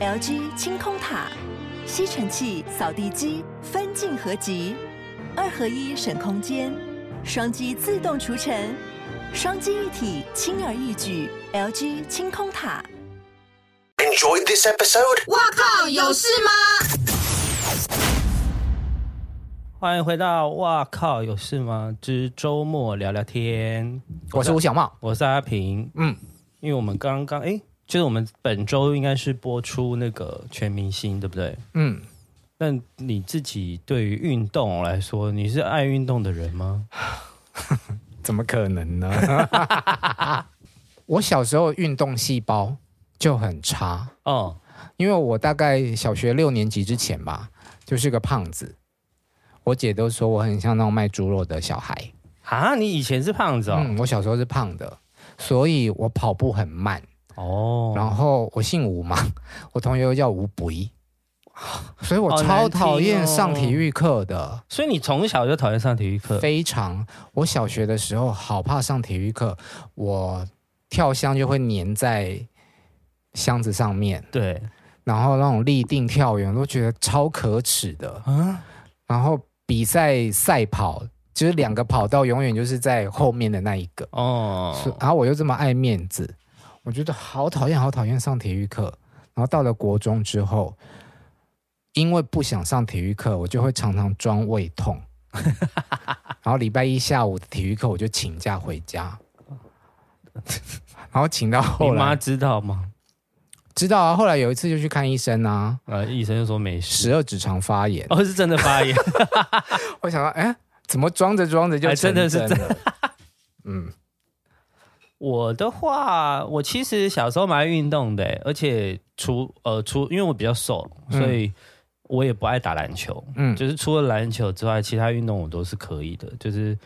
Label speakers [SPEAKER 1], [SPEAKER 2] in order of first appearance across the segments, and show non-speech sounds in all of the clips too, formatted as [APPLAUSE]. [SPEAKER 1] LG 清空塔、吸尘器、扫地机分镜合集，二合一省空间，双击自动除尘，双击一体轻而易举。LG 清空塔。
[SPEAKER 2] Enjoyed this episode?
[SPEAKER 3] 哇靠，有事吗？
[SPEAKER 4] 欢迎回到《哇靠有事吗》之周末聊聊天。
[SPEAKER 5] 我是吴小茂。
[SPEAKER 4] 我是阿平，
[SPEAKER 5] 嗯，
[SPEAKER 4] 因为我们刚刚哎，就是我们本周应该是播出那个全明星，对不对？
[SPEAKER 5] 嗯，
[SPEAKER 4] 那你自己对于运动来说，你是爱运动的人吗？
[SPEAKER 5] 怎么可能呢？ [LAUGHS] 我小时候运动细胞就很差，
[SPEAKER 4] 哦，
[SPEAKER 5] 因为我大概小学六年级之前吧，就是个胖子。我姐都说我很像那种卖猪肉的小孩。
[SPEAKER 4] 啊，你以前是胖子哦，
[SPEAKER 5] 嗯，我小时候是胖的，所以我跑步很慢。
[SPEAKER 4] 哦，
[SPEAKER 5] 然后我姓吴嘛，我同学又叫吴不一，所以我
[SPEAKER 4] 好难
[SPEAKER 5] 超讨
[SPEAKER 4] 听
[SPEAKER 5] 厌
[SPEAKER 4] 哦
[SPEAKER 5] 上体育课的。
[SPEAKER 4] 所以你从小就讨厌上体育课，
[SPEAKER 5] 非常。我小学的时候好怕上体育课，我跳箱就会粘在箱子上面，
[SPEAKER 4] 对
[SPEAKER 5] 然后那种立定跳远我都觉得超可耻的。
[SPEAKER 4] 啊，
[SPEAKER 5] 然后比赛赛跑，就是两个跑道永远就是在后面的那一个。是
[SPEAKER 4] 哦，
[SPEAKER 5] 然后我又这么爱面子，我觉得好讨厌，好讨厌上体育课。然后到了国中之后，因为不想上体育课，我就会常常装胃痛。
[SPEAKER 4] [LAUGHS]
[SPEAKER 5] 然后礼拜一下午的体育课，我就请假回家。然后请到
[SPEAKER 4] 你
[SPEAKER 5] 后
[SPEAKER 4] 妈
[SPEAKER 5] 来，
[SPEAKER 4] 知道吗？
[SPEAKER 5] 知道啊。后来有一次就去看医生啊，
[SPEAKER 4] 呃，医生就说没事，
[SPEAKER 5] 十二指肠发炎。
[SPEAKER 4] 哦，是真的发炎，
[SPEAKER 5] [LAUGHS] 我想到，哎，怎么装着装着就
[SPEAKER 4] 还哎真的是
[SPEAKER 5] 成真的？嗯，
[SPEAKER 4] 我的话，我其实小时候蛮爱运动的欸，而且除呃除，因为我比较瘦，
[SPEAKER 5] 嗯
[SPEAKER 4] 所以我也不爱打篮球。
[SPEAKER 5] 嗯
[SPEAKER 4] 就是除了篮球之外，其他运动我都是可以的，就是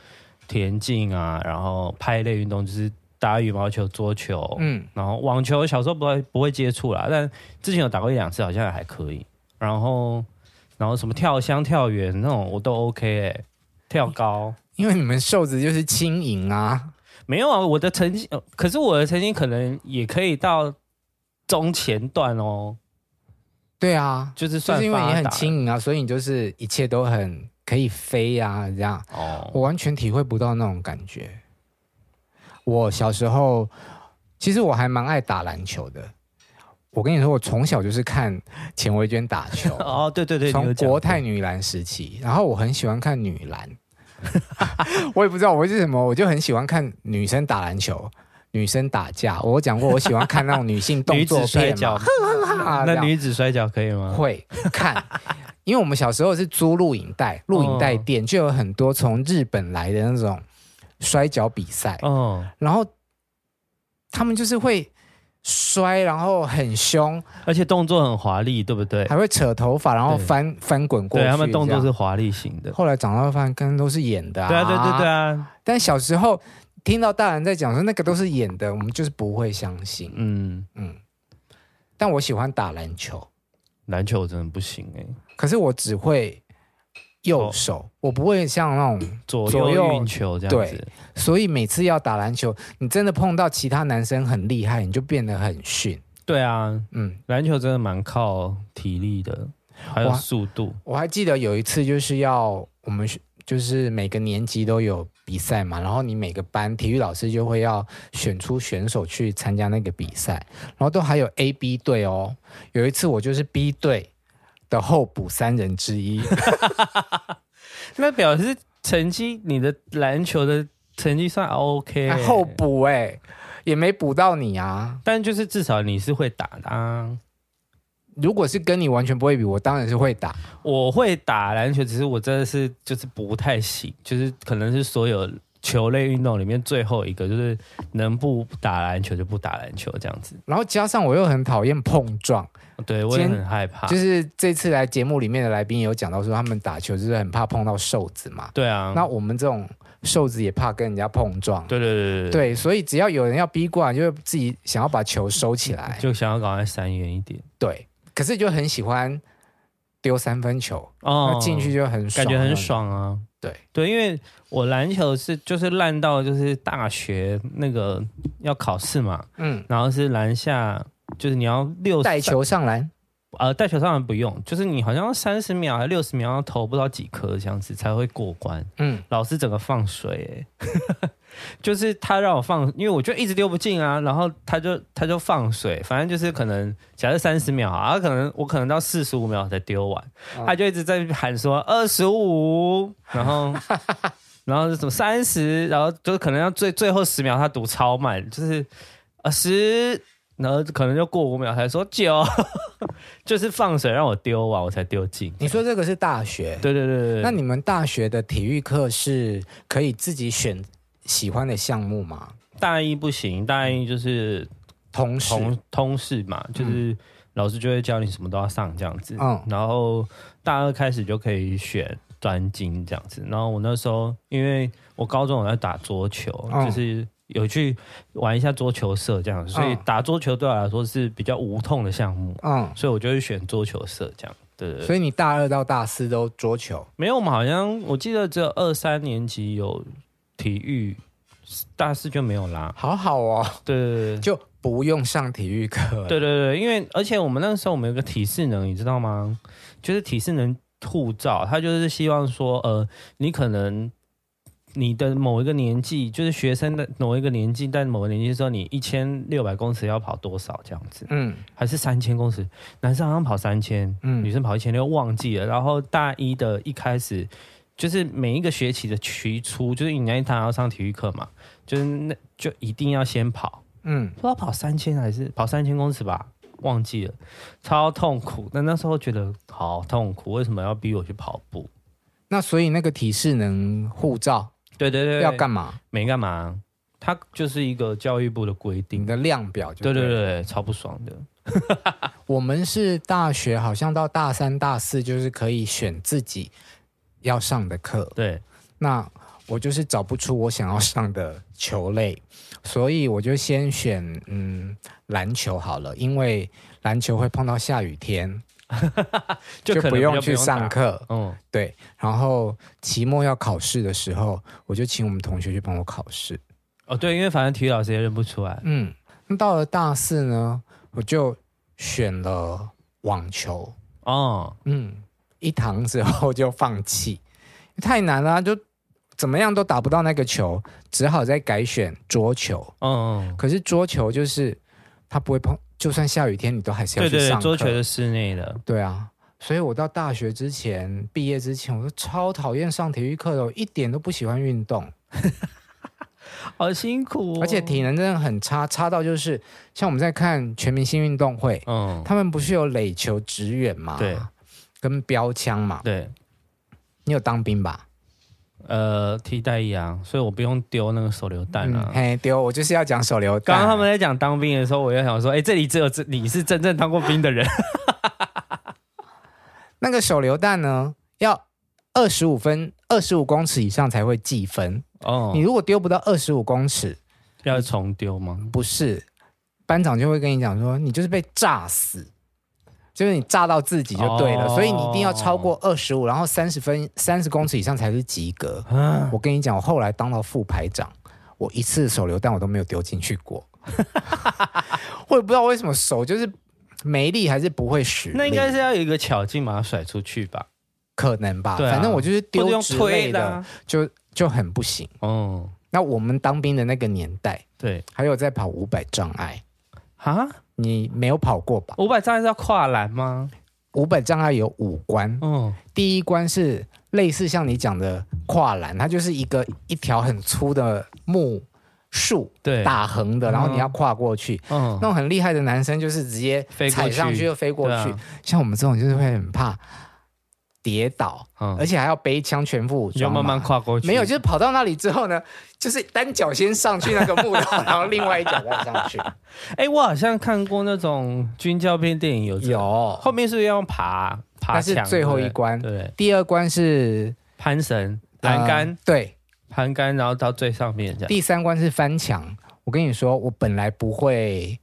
[SPEAKER 4] 田径啊，然后拍类运动，就是打羽毛球、桌球，
[SPEAKER 5] 嗯
[SPEAKER 4] 然后网球小时候不会不会接触啦，但之前有打过一两次，好像还可以。然后然后什么跳箱、跳远那种我都 OK 哎、跳高。
[SPEAKER 5] 因为你们瘦子就是轻盈啊。
[SPEAKER 4] 没有啊，我的成绩，呃可是我的成绩可能也可以到中前段哦，
[SPEAKER 5] 对啊，
[SPEAKER 4] 就是
[SPEAKER 5] 就
[SPEAKER 4] 算
[SPEAKER 5] 是因为你
[SPEAKER 4] 发
[SPEAKER 5] 很
[SPEAKER 4] 达
[SPEAKER 5] 轻盈啊，所以你就是一切都很可以飞啊，这样我
[SPEAKER 4] 哦，，
[SPEAKER 5] 完全体会不到那种感觉。我小时候其实我还蛮爱打篮球的，我跟你说，我从小就是看钱维娟打球
[SPEAKER 4] [LAUGHS] 哦，对对对，你有
[SPEAKER 5] 从
[SPEAKER 4] 讲
[SPEAKER 5] 国泰女篮时期，然后我很喜欢看女篮， [LAUGHS] 我也不知道我是什么，我就很喜欢看女生打篮球。女生打架，我有讲过，我喜欢看那种女性
[SPEAKER 4] 过 [LAUGHS]
[SPEAKER 5] 动
[SPEAKER 4] 女
[SPEAKER 5] 作
[SPEAKER 4] 子摔
[SPEAKER 5] 片
[SPEAKER 4] 跤
[SPEAKER 5] [LAUGHS] 嘛，，啊这
[SPEAKER 4] 那
[SPEAKER 5] 样
[SPEAKER 4] 女子摔跤可以吗？
[SPEAKER 5] 会看， [LAUGHS] 因为我们小时候是租录影带，录影
[SPEAKER 4] 哦
[SPEAKER 5] 带店就有很多从日本来的那种摔跤比赛，
[SPEAKER 4] 哦，
[SPEAKER 5] 然后他们就是会摔，然后很凶，
[SPEAKER 4] 而且动作很华丽，对不对？
[SPEAKER 5] 还会扯头发，然后
[SPEAKER 4] 对
[SPEAKER 5] 翻翻滚过去。
[SPEAKER 4] 对他们动作
[SPEAKER 5] 这
[SPEAKER 4] 是
[SPEAKER 5] 样。
[SPEAKER 4] 华丽型的。
[SPEAKER 5] 后来长大后发现，跟都是演的、啊。
[SPEAKER 4] 对啊，对对对。啊，
[SPEAKER 5] 但小时候听到大人在讲说那个都是演的，我们就是不会相信。
[SPEAKER 4] 嗯，
[SPEAKER 5] 嗯，但我喜欢打篮球。
[SPEAKER 4] 篮球我真的不行哎，
[SPEAKER 5] 可是我只会右手，我不会像那种，
[SPEAKER 4] 哦左
[SPEAKER 5] 左
[SPEAKER 4] 右
[SPEAKER 5] 右
[SPEAKER 4] 运球这样子
[SPEAKER 5] 对，所以每次要打篮球，你真的碰到其他男生很厉害，你就变得很逊。
[SPEAKER 4] 对啊，
[SPEAKER 5] 嗯，
[SPEAKER 4] 篮球真的蛮靠体力的，还有
[SPEAKER 5] 哇
[SPEAKER 4] 速度，
[SPEAKER 5] 我还记得有一次就是要我们学就是每个年级都有比赛嘛，然后你每个班体育老师就会要选出选手去参加那个比赛，然后都还有 A、B 队哦。有一次我就是 B 队的候补三人之一，
[SPEAKER 4] 那表示成绩，你的篮球的成绩算 OK，、
[SPEAKER 5] 还 [LAUGHS] 候补哎、也没补到你啊。
[SPEAKER 4] 但就是至少你是会打的、啊。
[SPEAKER 5] 如果是跟你完全不会比，我当然是会打。
[SPEAKER 4] 我会打篮球，只是我真的是就是不太行，就是可能是所有球类运动里面最后一个，就是能不打篮球就不打篮球这样子。
[SPEAKER 5] 然后加上我又很讨厌碰撞，
[SPEAKER 4] 对我也
[SPEAKER 5] 今
[SPEAKER 4] 很害怕。
[SPEAKER 5] 就是这次来节目里面的来宾也有讲到说，他们打球就是很怕碰到瘦子嘛。
[SPEAKER 4] 对啊，
[SPEAKER 5] 那我们这种瘦子也怕跟人家碰撞，
[SPEAKER 4] 对对对对
[SPEAKER 5] 对，所以只要有人要逼过来，就会自己想要把球收起来
[SPEAKER 4] 对，。就想要赶快闪远一点
[SPEAKER 5] 对，可是就很喜欢丢三分球，
[SPEAKER 4] 哦
[SPEAKER 5] 那，进去就很爽，
[SPEAKER 4] 感觉很。爽啊。
[SPEAKER 5] 对
[SPEAKER 4] 对，因为我篮球是就是烂到就是大学那个要考试嘛，
[SPEAKER 5] 嗯，
[SPEAKER 4] 然后是篮下就是你要六
[SPEAKER 5] 带球上篮，
[SPEAKER 4] 呃，带球当然不用，就是你好像三十秒还六十秒要投不知道几颗这样子才会过关。
[SPEAKER 5] 嗯，
[SPEAKER 4] 老师整个放水、欸， [LAUGHS] 就是他让我放，因为我就一直丢不进啊，然后他就他就放水，反正就是可能假设三十秒啊，他可能我可能到四十五秒才丢完，
[SPEAKER 5] 啊
[SPEAKER 4] 他就一直在喊说二十五，然
[SPEAKER 5] [LAUGHS]
[SPEAKER 4] 后然后是什么三十，然后就是可能要最最后十秒他读超慢，就是呃十。然后可能就过五秒才说九， [LAUGHS] 就是放水让我丢完我才丢进。
[SPEAKER 5] 你说这个是大学，
[SPEAKER 4] 对对对对对，
[SPEAKER 5] 那你们大学的体育课是可以自己选喜欢的项目吗？
[SPEAKER 4] 大一不行，大一就是
[SPEAKER 5] 同时，
[SPEAKER 4] 同通识嘛，就是老师就会教你什么都要上这样子。
[SPEAKER 5] 嗯
[SPEAKER 4] 然后大二开始就可以选专精这样子。然后我那时候因为我高中我在打桌球，
[SPEAKER 5] 嗯
[SPEAKER 4] 就是有去玩一下桌球社这样，所以
[SPEAKER 5] 嗯
[SPEAKER 4] 打桌球对我来说是比较无痛的项目，
[SPEAKER 5] 嗯，
[SPEAKER 4] 所以我就会选桌球社这样。对对对，
[SPEAKER 5] 所以你大二到大四都桌球，
[SPEAKER 4] 没有，我们好像我记得只有二三年级有体育，大四就没有啦。
[SPEAKER 5] 好好哦， [LAUGHS]
[SPEAKER 4] 对对对
[SPEAKER 5] 就不用上体育课。
[SPEAKER 4] 对对对，因为而且我们那时候我们有个体适能，你知道吗？就是体适能护照，它就是希望说，呃，你可能你的某一个年纪，就是学生的某一个年纪，但某个年纪的时候，你一千六百公尺要跑多少这样子，
[SPEAKER 5] 嗯
[SPEAKER 4] 还是三千公尺？男生好像跑三千，
[SPEAKER 5] 嗯
[SPEAKER 4] 女生跑一千六，忘记了。然后大一的一开始，就是每一个学期的期初，就是你那一堂要上体育课嘛，就是那就一定要先跑，
[SPEAKER 5] 嗯
[SPEAKER 4] 不知道跑三千还是跑三千公尺吧，忘记了，超痛苦。但那时候觉得好痛苦，为什么要逼我去跑步？
[SPEAKER 5] 那所以那个体适能护照
[SPEAKER 4] 对对对，
[SPEAKER 5] 要干嘛？
[SPEAKER 4] 没干嘛？它就是一个教育部的规
[SPEAKER 5] 你
[SPEAKER 4] 定。
[SPEAKER 5] 的量表就
[SPEAKER 4] 对对
[SPEAKER 5] 了
[SPEAKER 4] 对，超不爽的。
[SPEAKER 5] 我们是大学，好像到大三、大四就是可以选自己要上的课。
[SPEAKER 4] 对，
[SPEAKER 5] 那我就是找不出我想要上的球类，所以我就先选嗯篮球好了，因为篮球会碰到下雨天，就
[SPEAKER 4] 可能
[SPEAKER 5] 不
[SPEAKER 4] 比
[SPEAKER 5] 用
[SPEAKER 4] 较
[SPEAKER 5] 去上
[SPEAKER 4] 打。
[SPEAKER 5] 课。
[SPEAKER 4] 嗯，
[SPEAKER 5] 对，然后期末要考试的时候，我就请我们同学去帮我考试。
[SPEAKER 4] 哦对，因为反正体育老师也认不出来。
[SPEAKER 5] 嗯，那到了大四呢，我就选了网球。
[SPEAKER 4] 哦，
[SPEAKER 5] 嗯，一堂之后就放弃，太难了啊、就怎么样都打不到那个球，只好再改选桌球。
[SPEAKER 4] 嗯嗯，
[SPEAKER 5] 可是桌球就是它不会碰，就算下雨天你都还是要
[SPEAKER 4] 对
[SPEAKER 5] 去
[SPEAKER 4] 对
[SPEAKER 5] 上
[SPEAKER 4] 对，
[SPEAKER 5] 课。
[SPEAKER 4] 桌球是室内的。
[SPEAKER 5] 对啊，所以我到大学之前、毕业之前，我都超讨厌上体育课的，我一点都不喜欢运动，
[SPEAKER 4] 好辛苦、哦，
[SPEAKER 5] 而且体能真的很差，差到就是像我们在看全明星运动会，
[SPEAKER 4] 嗯，
[SPEAKER 5] 他们不是有垒球、直远嘛，
[SPEAKER 4] 对，
[SPEAKER 5] 跟标枪嘛，
[SPEAKER 4] 对，
[SPEAKER 5] 你有当兵吧？
[SPEAKER 4] 呃，替代役啊，所以我不用丢那个手榴弹啊。
[SPEAKER 5] 嗯嘿，丢，我就是要讲手榴
[SPEAKER 4] [LAUGHS]
[SPEAKER 5] 弹。
[SPEAKER 4] 刚刚他们在讲当兵的时候，我就想说，哎、这里只有这你是真正当过兵的
[SPEAKER 5] [LAUGHS]
[SPEAKER 4] 人，
[SPEAKER 5] 那个手榴弹呢，要二十五分、二十五公尺以上才会计分。
[SPEAKER 4] 哦
[SPEAKER 5] 你，如果丢不到二十五公尺，
[SPEAKER 4] 要重丢吗？
[SPEAKER 5] 不是班长就会跟你讲说，你就是被炸死，就是你炸到自己就对了。
[SPEAKER 4] 哦
[SPEAKER 5] 所以你一定要超过二十五，然后三十分、三十公尺以上才是及格。
[SPEAKER 4] 啊，
[SPEAKER 5] 我跟你讲，我后来当到副排长，我一次手榴弹我都没有丢进去过， [LAUGHS] 我也不知道为什么手就是没力还是不会使力，
[SPEAKER 4] 那应该是要有一个巧劲把它甩出去吧，
[SPEAKER 5] 可能吧，
[SPEAKER 4] 对啊
[SPEAKER 5] 反正我就是
[SPEAKER 4] 或者
[SPEAKER 5] 丢
[SPEAKER 4] 用
[SPEAKER 5] 之
[SPEAKER 4] 推
[SPEAKER 5] 类的，
[SPEAKER 4] 的啊
[SPEAKER 5] 就就很不行。
[SPEAKER 4] 哦，
[SPEAKER 5] 那我们当兵的那个年代，
[SPEAKER 4] 对，
[SPEAKER 5] 还有在跑五百障碍，
[SPEAKER 4] 啊，
[SPEAKER 5] 你没有跑过吧？
[SPEAKER 4] 五百障碍是要跨栏吗？
[SPEAKER 5] 五百障碍有五关，
[SPEAKER 4] 嗯，
[SPEAKER 5] 第一关是类似像你讲的跨栏，它就是一个一条很粗的木树
[SPEAKER 4] 对，，
[SPEAKER 5] 打横的，然后你要跨过去。
[SPEAKER 4] 嗯
[SPEAKER 5] 那，种很厉害的男生就是直接
[SPEAKER 4] 飞过
[SPEAKER 5] 踩上
[SPEAKER 4] 去
[SPEAKER 5] 去就飞过
[SPEAKER 4] 对啊
[SPEAKER 5] 去，像我们这种就是会很怕跌倒，
[SPEAKER 4] 嗯
[SPEAKER 5] 而且还要背枪全副武
[SPEAKER 4] 你就
[SPEAKER 5] 装嘛，
[SPEAKER 4] 慢慢跨过去，
[SPEAKER 5] 哦没有，就是跑到那里之后呢，就是单脚先上去那个
[SPEAKER 4] [LAUGHS]
[SPEAKER 5] 木头，然后另外一脚再上去。
[SPEAKER 4] 哎、我好像看过那种军教片电影有这个
[SPEAKER 5] 有
[SPEAKER 4] 后面是不是要用爬爬
[SPEAKER 5] 那是
[SPEAKER 4] 墙，
[SPEAKER 5] 最后
[SPEAKER 4] 对不对
[SPEAKER 5] 一关
[SPEAKER 4] 对，
[SPEAKER 5] 第二关是
[SPEAKER 4] 攀绳、栏杆、
[SPEAKER 5] 呃对，
[SPEAKER 4] 攀杆，然后到最上面这样。
[SPEAKER 5] 第三关是翻墙。我跟你说，我本来不会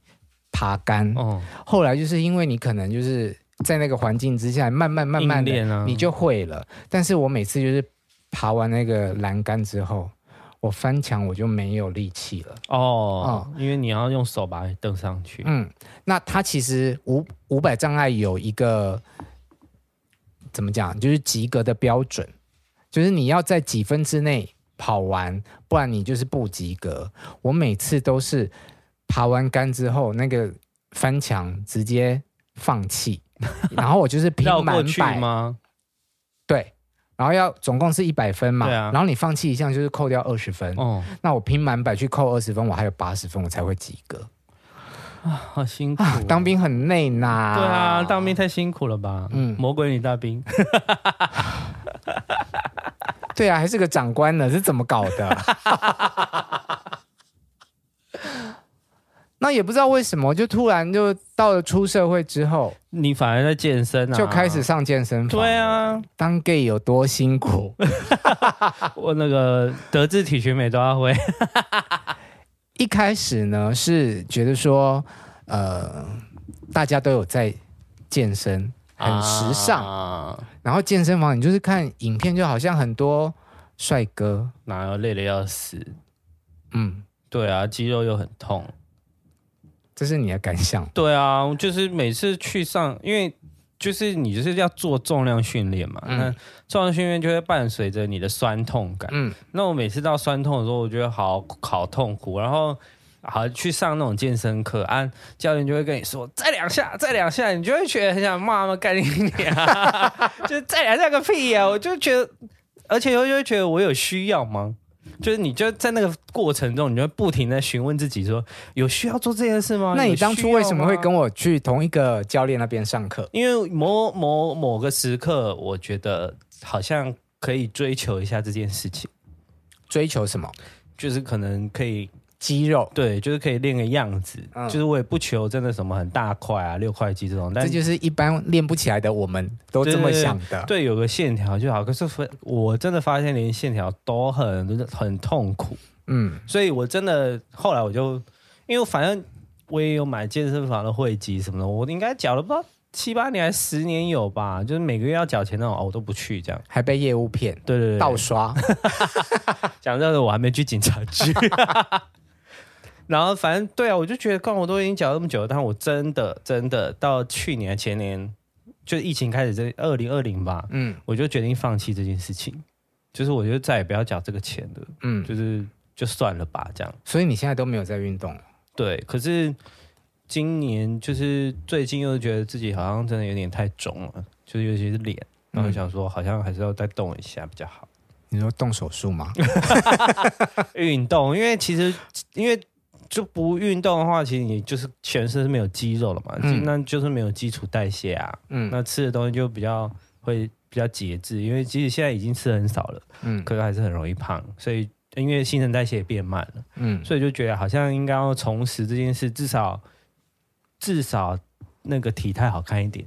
[SPEAKER 5] 爬杆，
[SPEAKER 4] 哦，
[SPEAKER 5] 后来就是因为你可能就是在那个环境之下，慢慢慢慢
[SPEAKER 4] 硬
[SPEAKER 5] 的、
[SPEAKER 4] 练啊
[SPEAKER 5] 你就会了。但是我每次就是爬完那个栏杆之后，我翻墙我就没有力气了。
[SPEAKER 4] 哦，因为你要用手把它蹬上去。
[SPEAKER 5] 啊嗯，那它其实五五百障碍有一个怎么讲，就是及格的标准，就是你要在几分之内跑完，不然你就是不及格。我每次都是爬完杆之后，那个翻墙直接放弃，
[SPEAKER 4] [LAUGHS]
[SPEAKER 5] 然后我就是拼
[SPEAKER 4] 绕过
[SPEAKER 5] 满
[SPEAKER 4] 去
[SPEAKER 5] 百，
[SPEAKER 4] 吗？
[SPEAKER 5] 对，然后要总共是一百分嘛，
[SPEAKER 4] 对啊
[SPEAKER 5] 然后你放弃一项就是扣掉二十分，
[SPEAKER 4] 哦，
[SPEAKER 5] 那我拼满百去扣二十分，我还有八十分，我才会及格。
[SPEAKER 4] 哦好辛苦
[SPEAKER 5] 啊，，当。兵很累呐。
[SPEAKER 4] 对啊，当兵太辛苦了吧？嗯
[SPEAKER 5] 嗯，
[SPEAKER 4] 魔鬼女大兵，
[SPEAKER 5] 对啊，还是个长官呢，是怎么搞的？啊 [LAUGHS] 那也不知道为什么，就突然就到了出社会之后，
[SPEAKER 4] 你反而在健身啊，
[SPEAKER 5] 就开始。上健身房。
[SPEAKER 4] 对，啊，
[SPEAKER 5] 当 gay 有多辛
[SPEAKER 4] [LAUGHS]
[SPEAKER 5] 苦？
[SPEAKER 4] 我那个德智体群美都要会。
[SPEAKER 5] 一开始呢是觉得说，呃，大家都有在健身， [LAUGHS] 很时尚。
[SPEAKER 4] 啊，
[SPEAKER 5] 然后健身房你就是看影片，就好像很多帅哥，
[SPEAKER 4] 哪有累的要死？
[SPEAKER 5] 嗯，
[SPEAKER 4] 对啊，肌肉又很痛。
[SPEAKER 5] 这是你的感想。
[SPEAKER 4] 对啊，就是每次去上，因为就是你就是要做重量训练嘛，
[SPEAKER 5] 嗯
[SPEAKER 4] 那重量训练就会伴随着你的酸痛感。
[SPEAKER 5] 嗯
[SPEAKER 4] 那我每次到酸痛的时候，我觉得好好痛苦，然后。好去上那种健身课，啊，教练就会跟你说再两下，再两下，你就会觉得很想骂他们干你娘， [LAUGHS] 就是再两下个屁呀、我就觉得，而且我就会觉得我有需要吗？就是你就在那个过程中，你就会不停的询问自己说，有需要做这件事吗？
[SPEAKER 5] 那你
[SPEAKER 4] 哦有需要
[SPEAKER 5] 当初为什么会
[SPEAKER 4] 吗
[SPEAKER 5] 跟我去同一个教练那边上课？
[SPEAKER 4] 因为某某某个时刻，我觉得好像可以追求一下这件事情，
[SPEAKER 5] 追求什么？
[SPEAKER 4] 就是可能可以
[SPEAKER 5] 肌肉，
[SPEAKER 4] 对，就是可以练个样子，
[SPEAKER 5] 嗯
[SPEAKER 4] 就是我也不求真的什么很大块啊、六块肌这种，但
[SPEAKER 5] 这就是啊一般练不起来的，我们都这么想的。
[SPEAKER 4] 对有个线条就好。可是分我真的发现连线条都很很痛苦，
[SPEAKER 5] 嗯，
[SPEAKER 4] 所以我真的后来我就因为反正我也有买健身房的会籍什么的，我应该缴了不知道七八年还是十年有吧，就是每个月要缴钱那种，哦，我都不去这样。
[SPEAKER 5] 还被业务骗，
[SPEAKER 4] 对对对，
[SPEAKER 5] 盗
[SPEAKER 4] [LAUGHS]
[SPEAKER 5] 刷。
[SPEAKER 4] 讲这个我还没去警察局。 [LAUGHS] 然后反正对啊，我就觉得，干我都已经讲那么久了，但我真的真的到去年前年，就疫情开始这二零二零吧，
[SPEAKER 5] 嗯
[SPEAKER 4] 我就决定放弃这件事情，就是我就再也不要缴这个钱了，
[SPEAKER 5] 嗯，
[SPEAKER 4] 就是就算了吧，这样。
[SPEAKER 5] 所以你现在都没有在运动。
[SPEAKER 4] 对，可是今年就是最近又觉得自己好像真的有点太肿了，就是尤其是脸，然后
[SPEAKER 5] 嗯
[SPEAKER 4] 想说好像还是要再动一下比较好。
[SPEAKER 5] 你说动手术
[SPEAKER 4] [LAUGHS]
[SPEAKER 5] 吗？
[SPEAKER 4] 运动，因为其实因为就不运动的话，其实你就是全身是没有肌肉了嘛，
[SPEAKER 5] 嗯
[SPEAKER 4] 那就是没有基础代谢啊。
[SPEAKER 5] 嗯
[SPEAKER 4] 那吃的东西就比较会比较节制，因为即使现在已经吃得很少了，
[SPEAKER 5] 嗯
[SPEAKER 4] 可是还是很容易胖，所以因为新陈代谢也变慢了，
[SPEAKER 5] 嗯，
[SPEAKER 4] 所以就觉得好像应该要重拾这件事，至少至少那个体态好看一点。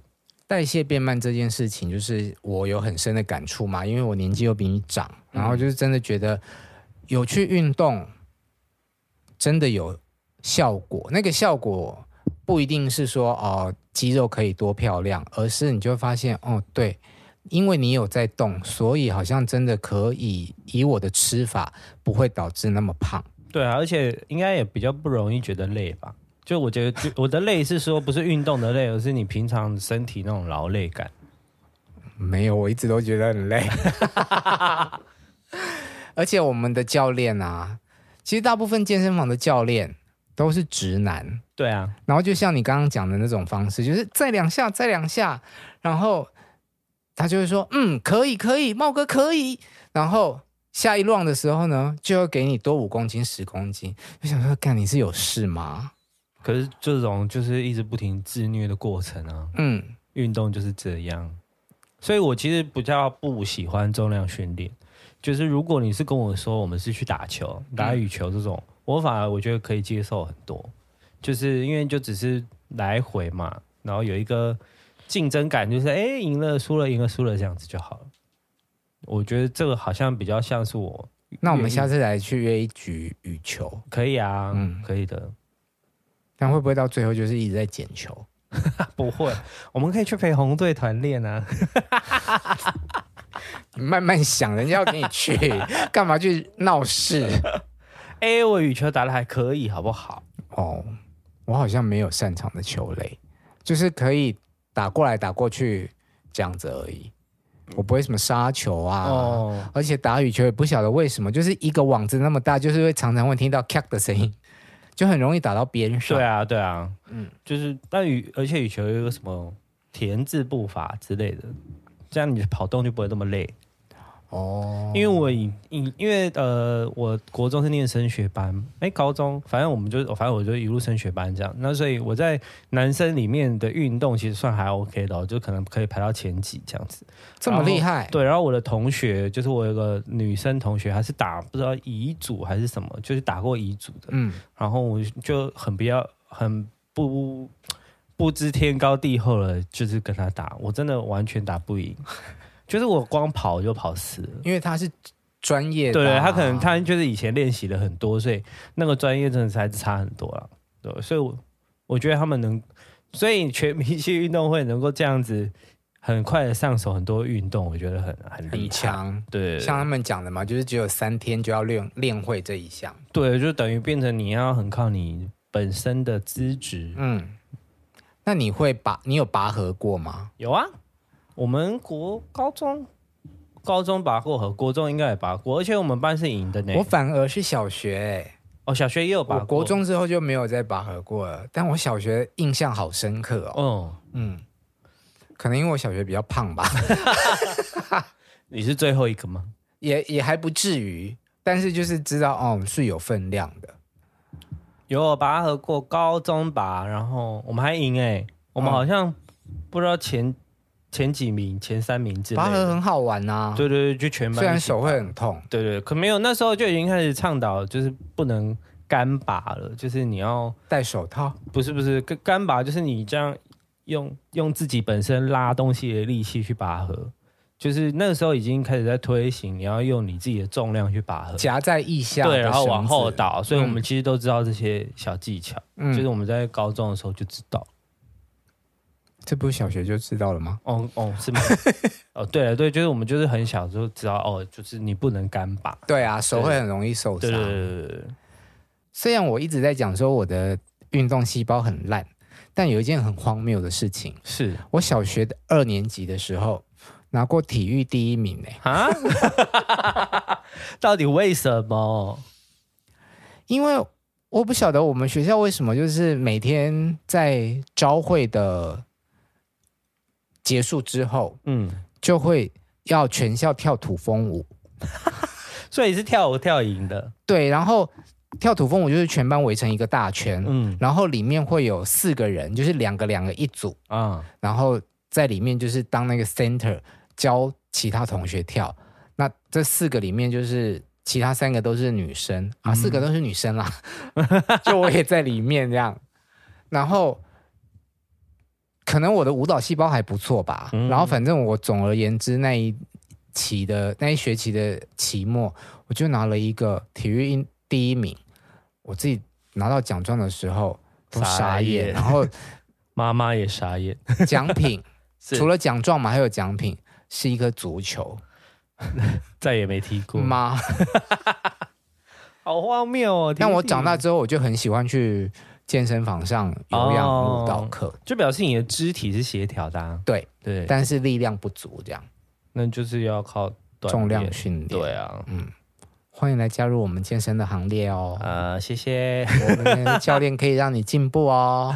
[SPEAKER 5] 代谢变慢这件事情，就是我有很深的感触嘛，因为我年纪又比你长，然后就是真的觉得有去运动，真的有效果。那个效果不一定是说哦肌肉可以多漂亮，而是你就会发现哦对，因为你有在动，所以好像真的可以以我的吃法不会导致那么胖。
[SPEAKER 4] 对啊，而且应该也比较不容易觉得累吧。就我觉得，就 [LAUGHS] 我的累是说不是运动的累，而是你平常身体那种劳累感。
[SPEAKER 5] 没有，我一直都觉得很累。 [LAUGHS] 而且我们的教练啊，其实大部分健身房的教练都是直男，
[SPEAKER 4] 对啊，
[SPEAKER 5] 然后就像你刚刚讲的那种方式，就是再两下，再两下，然后他就会说：“嗯，可以，可以，茂哥可以。”然后下一 round 的时候呢，就要给你多五公斤、十公斤，就想说：“干，你是有事吗
[SPEAKER 4] 可是这种就是一直不停自虐的过程啊，？”
[SPEAKER 5] 嗯，
[SPEAKER 4] 运动就是这样。所以我其实比较不喜欢重量训练，就是如果你是跟我说我们是去打球、打羽球这种，我反而我觉得可以接受很多，就是因为就只是来回嘛，然后有一个竞争感，就是哎赢了输了赢了输了这样子就好了。我觉得这个好像比较像是我
[SPEAKER 5] 那我们下次来去约一局羽球，
[SPEAKER 4] 可以啊，
[SPEAKER 5] 嗯
[SPEAKER 4] 可以的，
[SPEAKER 5] 但会不会到最后就是一直在捡球？
[SPEAKER 4] 啊不会，我们可以去陪红队团练啊。
[SPEAKER 5] 慢慢想，人家要给你
[SPEAKER 4] [LAUGHS]
[SPEAKER 5] 去，干嘛去闹事？
[SPEAKER 4] 哎，我羽球打的还可以，好不好？
[SPEAKER 5] 哦，我好像没有擅长的球类，就是可以打过来打过去这样子而已。我不会什么杀球啊，
[SPEAKER 4] 哦，
[SPEAKER 5] 而且打羽球也不晓得为什么，就是一个网子那么大，就是会常常会听到咔的声音，就很容易打到边上。
[SPEAKER 4] 对啊，对啊，
[SPEAKER 5] 嗯
[SPEAKER 4] 嗯，就是但羽而且羽球有个什么田字步法之类的，这样你跑动就不会那么累。
[SPEAKER 5] 哦，
[SPEAKER 4] 因为我以因因为呃，我国中是念升学班，哎，高中反正我们就反正我就一路升学班这样。那所以我在男生里面的运动其实算还 OK 的哦、就可能可以排到前几这样子。
[SPEAKER 5] 这么厉害，
[SPEAKER 4] 对，然后我的同学就是我有个女生同学，还是打不知道乙组还是什么，就是打过乙组的。
[SPEAKER 5] 嗯，
[SPEAKER 4] 然后我就很不要很不不知天高地厚了，就是跟他打，我真的完全打不
[SPEAKER 5] [LAUGHS]
[SPEAKER 4] 赢，就是我光跑就跑死了。
[SPEAKER 5] 因为他是专业的啊、
[SPEAKER 4] 对，他可能他就是以前练习了很多，所以那个专业真的是还是差很多了。对，所以我我觉得他们能，所以全明星运动会能够这样子很快的上手很多运动，我觉得很很厉
[SPEAKER 5] 很
[SPEAKER 4] 害。
[SPEAKER 5] 强，
[SPEAKER 4] 对，
[SPEAKER 5] 像他们讲的嘛，就是只有三天就要练练会这一项。
[SPEAKER 4] 对，就等于变成你要很靠你本身的资质。
[SPEAKER 5] 嗯，那你会拔？你有拔河过吗？
[SPEAKER 4] 有啊，我们国高中高中拔过河，国中应该也拔过，而且我们班是赢的呢。
[SPEAKER 5] 我反而是小学、欸，
[SPEAKER 4] 哦，小学也有拔
[SPEAKER 5] 我
[SPEAKER 4] 过，
[SPEAKER 5] 国中之后就没有再拔河过了。但我小学印象好深刻哦。
[SPEAKER 4] 哦，
[SPEAKER 5] 嗯，可能因为我小学比较胖吧， [LAUGHS]
[SPEAKER 4] 你是最后一个吗？
[SPEAKER 5] 也也还不至于，但是就是知道哦是有分量的。
[SPEAKER 4] 有我拔河过高中拔，然后我们还赢哎、我们
[SPEAKER 5] 嗯
[SPEAKER 4] 好像不知道前、前几名、前三名之类
[SPEAKER 5] 拔河
[SPEAKER 4] 的。
[SPEAKER 5] 很好玩呐、
[SPEAKER 4] 对对对，就全班一起拔。
[SPEAKER 5] 虽然手会很痛，
[SPEAKER 4] 对对，可没有那时候就已经开始倡导，就是不能干拔了，就是你要
[SPEAKER 5] 戴手套。
[SPEAKER 4] 不是不是干干拔，就是你这样用用自己本身拉东西的力气去拔河，就是那个时候已经开始在推行，你要用你自己的重量去拔河。
[SPEAKER 5] 夹在腋下，
[SPEAKER 4] 对，然后往后，倒，所以我
[SPEAKER 5] 嗯
[SPEAKER 4] 们其实都知道这些小技巧，
[SPEAKER 5] 嗯，
[SPEAKER 4] 就是我们在高中的时候就知道。
[SPEAKER 5] 这不是小学就知道了吗？
[SPEAKER 4] 哦哦，是 [LAUGHS] 吗？哦，对了对，就是我们就是很小就知道哦，就是你不能干拔。
[SPEAKER 5] 对啊，手会很容易受
[SPEAKER 4] 对对
[SPEAKER 5] 伤。
[SPEAKER 4] 对对对对，
[SPEAKER 5] 虽然我一直在讲说我的运动细胞很烂，但有一件很荒谬的事情，
[SPEAKER 4] 是啊
[SPEAKER 5] 我小学的二年级的时候拿过体育第一名呢、欸
[SPEAKER 4] 啊， [LAUGHS] 到底为什么？
[SPEAKER 5] 因为我不晓得我们学校为什么就是每天在朝会的结束之后
[SPEAKER 4] 嗯，
[SPEAKER 5] 就会要全校跳土风舞，
[SPEAKER 4] 所以是跳舞跳赢的，
[SPEAKER 5] 对，然后跳土风舞就是全班围成一个大圈，
[SPEAKER 4] 嗯
[SPEAKER 5] 然后里面会有四个人，就是两个两个一组，
[SPEAKER 4] 啊，
[SPEAKER 5] 然后在里面就是当那个 center 教其他同学跳。那这四个里面就是其他三个都是女生啊，
[SPEAKER 4] 嗯
[SPEAKER 5] 四个都是女生啦， [LAUGHS] 就我也在里面这样。然后可能我的舞蹈细胞还不错吧，
[SPEAKER 4] 嗯
[SPEAKER 5] 然后反正我总而言之那一期的那一学期的期末，我就拿了一个体育一第一名。我自己拿到奖状的时候都傻
[SPEAKER 4] 傻
[SPEAKER 5] 眼，
[SPEAKER 4] 眼
[SPEAKER 5] 然后
[SPEAKER 4] 妈妈也傻眼，
[SPEAKER 5] 奖品
[SPEAKER 4] 是
[SPEAKER 5] 除了奖状嘛，还有奖品，是一颗足球
[SPEAKER 4] 再也没踢过，
[SPEAKER 5] 吗？
[SPEAKER 4] 好荒谬哦！
[SPEAKER 5] 但我
[SPEAKER 4] 天地
[SPEAKER 5] 长大之后，我就很喜欢去健身房上有氧舞蹈课，
[SPEAKER 4] 就表示你的肢体是协调的、啊，
[SPEAKER 5] 对
[SPEAKER 4] 哦对，
[SPEAKER 5] 但是力量不足，这样
[SPEAKER 4] 那就是要靠锻
[SPEAKER 5] 重量
[SPEAKER 4] 炼
[SPEAKER 5] 训练。
[SPEAKER 4] 对，啊，
[SPEAKER 5] 欢迎来加入我们健身的行列
[SPEAKER 4] [LAUGHS]
[SPEAKER 5] 哦。
[SPEAKER 4] 呃，谢谢 [LAUGHS]
[SPEAKER 5] 我们的教练可以让你进步哦。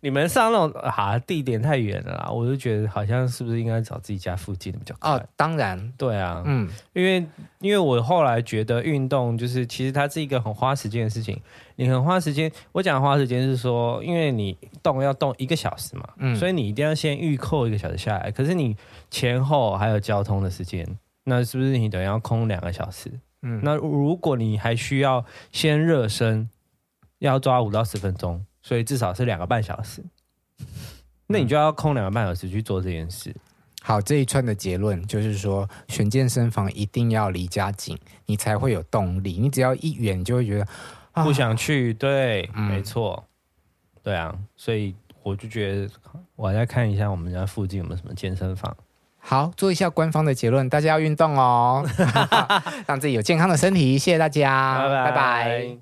[SPEAKER 4] 你们上那种啊地点太远了啦，我就觉得好像是不是应该找自己家附近的比较快？
[SPEAKER 5] 哦，当然，
[SPEAKER 4] 对啊，
[SPEAKER 5] 嗯，
[SPEAKER 4] 因为因为我后来觉得运动就是其实它是一个很花时间的事情，你很花时间。我讲花时间是说，因为你动要动一个小时嘛，
[SPEAKER 5] 嗯
[SPEAKER 4] 所以你一定要先预扣一个小时下来。可是你前后还有交通的时间，那是不是你等于要空两个小时？
[SPEAKER 5] 嗯
[SPEAKER 4] 嗯，那如果你还需要先热身，要抓五到十分钟，所以至少是两个半小时。那你就要空两个半小时去做这件事。
[SPEAKER 5] 好，这一串的结论就是说，选健身房一定要离家近，你才会有动力。你只要一远，就会觉得啊
[SPEAKER 4] 不想去，对，
[SPEAKER 5] 嗯
[SPEAKER 4] 没错，对啊，所以我就觉得我还在看一下我们家附近有没有什么健身房，
[SPEAKER 5] 好，做一下官方的结论，大家 [LAUGHS] 要运动哦，让自己有健康的身体。谢谢大家，
[SPEAKER 4] 拜
[SPEAKER 5] 拜拜